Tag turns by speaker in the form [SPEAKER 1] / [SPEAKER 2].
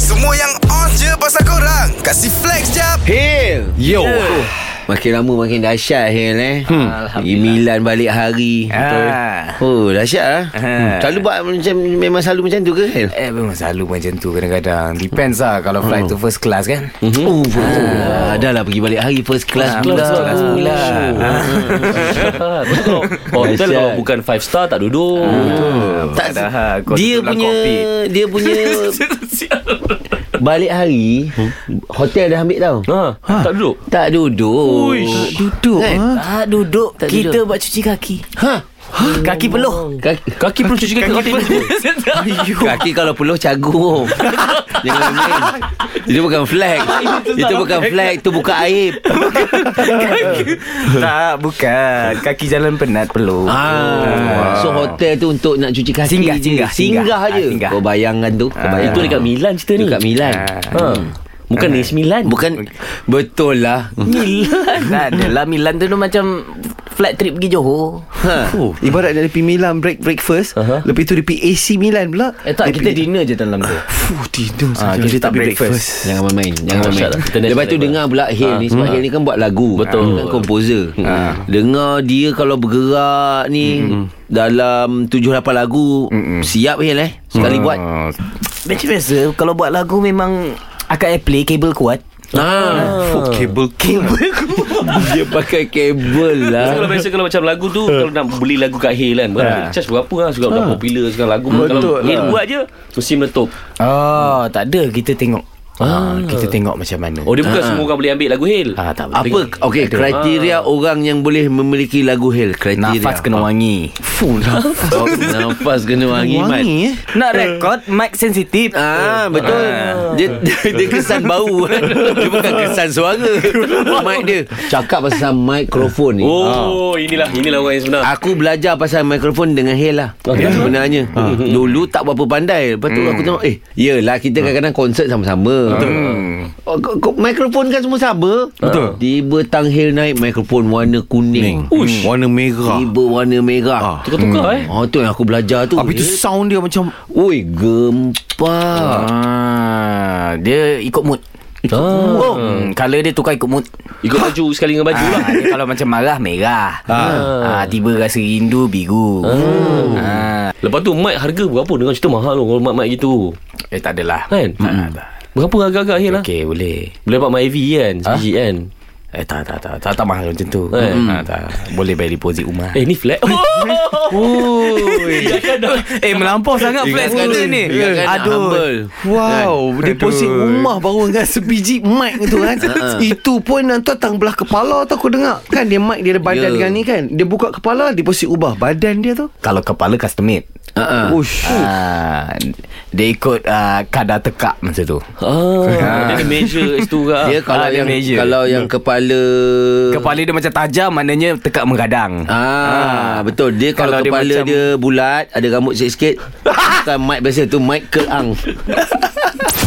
[SPEAKER 1] Semua yang on je pasal korang Kasih flex jap
[SPEAKER 2] Hil
[SPEAKER 3] Yo
[SPEAKER 2] Makin lama makin dahsyat Hil eh hmm. Pergi
[SPEAKER 3] Alhamdulillah
[SPEAKER 2] Milan balik hari
[SPEAKER 3] Ah.
[SPEAKER 2] Oh dahsyat lah
[SPEAKER 3] Ah.
[SPEAKER 2] hmm. Selalu buat macam Memang selalu macam tu ke Hil?
[SPEAKER 3] Eh memang selalu macam tu kadang-kadang Depends lah kalau
[SPEAKER 4] Hmm.
[SPEAKER 3] flight tu first class kan
[SPEAKER 2] Mm-hmm. Oh, ah, dah lah pergi balik hari first class
[SPEAKER 3] Ah,
[SPEAKER 2] pula.
[SPEAKER 3] first class pula.
[SPEAKER 2] Ah.
[SPEAKER 5] Ah, Betul Hotel
[SPEAKER 2] Dahsyat.
[SPEAKER 5] kalau bukan 5 star tak duduk
[SPEAKER 3] Ah,
[SPEAKER 2] Tak,
[SPEAKER 3] Dah, kau
[SPEAKER 2] dia
[SPEAKER 3] tutup lah
[SPEAKER 2] punya
[SPEAKER 3] kopi.
[SPEAKER 2] dia punya balik hari hotel dah ambil tau.
[SPEAKER 5] ha, Tak duduk
[SPEAKER 2] Tak duduk.
[SPEAKER 5] Uish.
[SPEAKER 2] Duduk. Kan?
[SPEAKER 3] Ah duduk
[SPEAKER 2] Tak
[SPEAKER 3] Kita
[SPEAKER 2] duduk.
[SPEAKER 3] buat cuci kaki
[SPEAKER 2] Ha.
[SPEAKER 3] Kaki peluh
[SPEAKER 2] Kaki,
[SPEAKER 5] Kaki perlu cuci kaki Kaki perlu
[SPEAKER 2] kaki kalau peluh cagur. Jangan main. Itu bukan flag. Ah, Itu bukan flag, itu bukan aib.
[SPEAKER 3] Tak bukan Kaki jalan penat peluh
[SPEAKER 2] Ah, so hotel tu untuk nak cuci kaki
[SPEAKER 3] Singgah,
[SPEAKER 2] je.
[SPEAKER 3] singgah,
[SPEAKER 2] singgah
[SPEAKER 3] singgah.
[SPEAKER 2] aje.
[SPEAKER 3] Ah, singgah.
[SPEAKER 2] Kau bayangkan tu, kau bayangkan.
[SPEAKER 5] Itu dekat Milan cerita ni
[SPEAKER 2] Dekat Milan. Ah.
[SPEAKER 5] ha.
[SPEAKER 2] Hmm.
[SPEAKER 5] Bukan dari Milan
[SPEAKER 2] Bukan betul lah.
[SPEAKER 3] Milan Tak adalah Milan tu, tu macam Flight trip pergi Johor
[SPEAKER 2] Ha.
[SPEAKER 4] Oh, ibarat dari pergi Milan break breakfast, uh-huh. lepas tu dia pergi AC Milan pula.
[SPEAKER 3] Eh tak
[SPEAKER 4] Dia
[SPEAKER 3] kita
[SPEAKER 4] pergi-
[SPEAKER 3] dinner je dalam tu
[SPEAKER 4] Fuh,
[SPEAKER 3] Ah,
[SPEAKER 4] tidur saja.
[SPEAKER 3] kita
[SPEAKER 4] Dia
[SPEAKER 3] tak
[SPEAKER 4] tak pergi
[SPEAKER 3] breakfast. Ah.
[SPEAKER 4] breakfast.
[SPEAKER 2] Jangan main-main Jangan
[SPEAKER 5] Dahsyat
[SPEAKER 2] main-main
[SPEAKER 5] lah. Kita national
[SPEAKER 2] Lepas tu
[SPEAKER 5] level.
[SPEAKER 2] dengar pula Hil ni Sebab Hil ni kan buat lagu
[SPEAKER 5] Betul.
[SPEAKER 2] Dia kan komposer Dengar dia kalau bergerak ni Dalam 7-8 lagu Siap Hil eh Sekali buat
[SPEAKER 3] Macam biasa Kalau buat lagu memang Akak air play Kabel kuat
[SPEAKER 2] Ha,
[SPEAKER 4] Fuh, kabel kabel.
[SPEAKER 2] lah. dia pakai kabel lah.
[SPEAKER 3] Eh.
[SPEAKER 5] kalau biasa kalau macam lagu tu Kalau nak beli lagu kat Hale kan Berapa
[SPEAKER 3] Ha.
[SPEAKER 5] Charge berapa lah Sekarang dah popular Sekarang lagu pun Kalau
[SPEAKER 4] Betul lah.
[SPEAKER 5] Hale buat je Mesti meletup
[SPEAKER 3] Oh tak ada Kita tengok ah, Kita tengok macam mana
[SPEAKER 5] Oh dia bukan
[SPEAKER 4] Ah.
[SPEAKER 5] semua orang boleh ambil lagu Hale
[SPEAKER 3] Ah, tak boleh.
[SPEAKER 2] Apa okey kriteria orang yang boleh memiliki lagu Hil kriteria.
[SPEAKER 3] Nafas kena wangi
[SPEAKER 2] Fuh, nafas. Oh, nafas kena wangi, Mat.
[SPEAKER 4] Wangi eh.
[SPEAKER 3] Nak rekod Mic sensitif
[SPEAKER 2] Ah betul. Dia, dia dia kesan bau. dia bukan kesan suara. mic dia. Cakap pasal mikrofon ni. Ah.
[SPEAKER 5] Oh inilah Inilah orang yang sebenar
[SPEAKER 2] Aku belajar pasal mikrofon dengan Hel lah
[SPEAKER 3] Oh,
[SPEAKER 2] okay.
[SPEAKER 3] ya?
[SPEAKER 2] Sebenarnya ha.
[SPEAKER 3] Hmm,
[SPEAKER 2] Dulu tak berapa pandai Lepas tu aku tengok Eh yelah
[SPEAKER 3] Hmm.
[SPEAKER 2] kita kadang-kadang konsert sama-sama Betul oh, ko- ko- Mikrofon kan semua sama
[SPEAKER 4] Betul.
[SPEAKER 2] Tiba tang Hel naik Mikrofon warna kuning
[SPEAKER 4] Ush. Warna merah.
[SPEAKER 2] Tiba warna
[SPEAKER 3] Ah.
[SPEAKER 2] merah
[SPEAKER 5] Tukar-tukar eh
[SPEAKER 2] Oh tu yang aku belajar tu
[SPEAKER 4] Habis tu sound dia macam
[SPEAKER 2] Ui gempar
[SPEAKER 3] ah, Dia ikut mood Oh. Hmm, color dia tukar ikut mood
[SPEAKER 5] Ikut baju Sekali dengan baju lah
[SPEAKER 3] ah, dia Kalau macam marah Merah ah. Ah, Tiba rasa rindu Biru ah.
[SPEAKER 5] Lepas tu mic harga berapa Dengan cerita mahal loh Kalau mic-mic gitu
[SPEAKER 3] Eh tak adalah
[SPEAKER 5] Kan Berapa harga-harga Hale lah
[SPEAKER 3] Okay boleh
[SPEAKER 5] Boleh dapat mic AV kan
[SPEAKER 3] Ah.
[SPEAKER 5] Sebiji kan
[SPEAKER 3] Eh tak tak tak Tak, tak mahal macam tu
[SPEAKER 5] Eh.
[SPEAKER 3] ah, tak. Boleh bayar deposit rumah
[SPEAKER 5] Eh ni flat Oh Jangan dah
[SPEAKER 3] Eh melampau sangat flat sekarang ni
[SPEAKER 2] Ingatkan humble.
[SPEAKER 4] Wow Deposit
[SPEAKER 3] Aduh.
[SPEAKER 4] rumah Baru dengan sebiji mic tu kan Itu pun Nanti tang belah kepala tu Aku dengar Kan dia mic Dia ada badan
[SPEAKER 2] Ya.
[SPEAKER 4] yeah. dengan ni kan Dia buka kepala Deposit ubah Badan dia tu
[SPEAKER 3] Kalau kepala custom made
[SPEAKER 2] Ha.
[SPEAKER 4] Ush
[SPEAKER 3] ah, Dia ikut ah, Kadar tekak masa tu
[SPEAKER 5] Ah, Dia ada measure kat situ kak
[SPEAKER 2] Dia kalau
[SPEAKER 3] Ah, dia
[SPEAKER 2] yang
[SPEAKER 3] measure.
[SPEAKER 2] kalau yang kepala
[SPEAKER 3] Kepala dia macam tajam Maknanya tekak menggadang
[SPEAKER 2] Ah, betul. Dia kalau,
[SPEAKER 3] Kalau dia
[SPEAKER 2] kepala dia,
[SPEAKER 3] macam-
[SPEAKER 2] bulat, ada rambut sikit-sikit. bukan mic biasa tu, mic keang.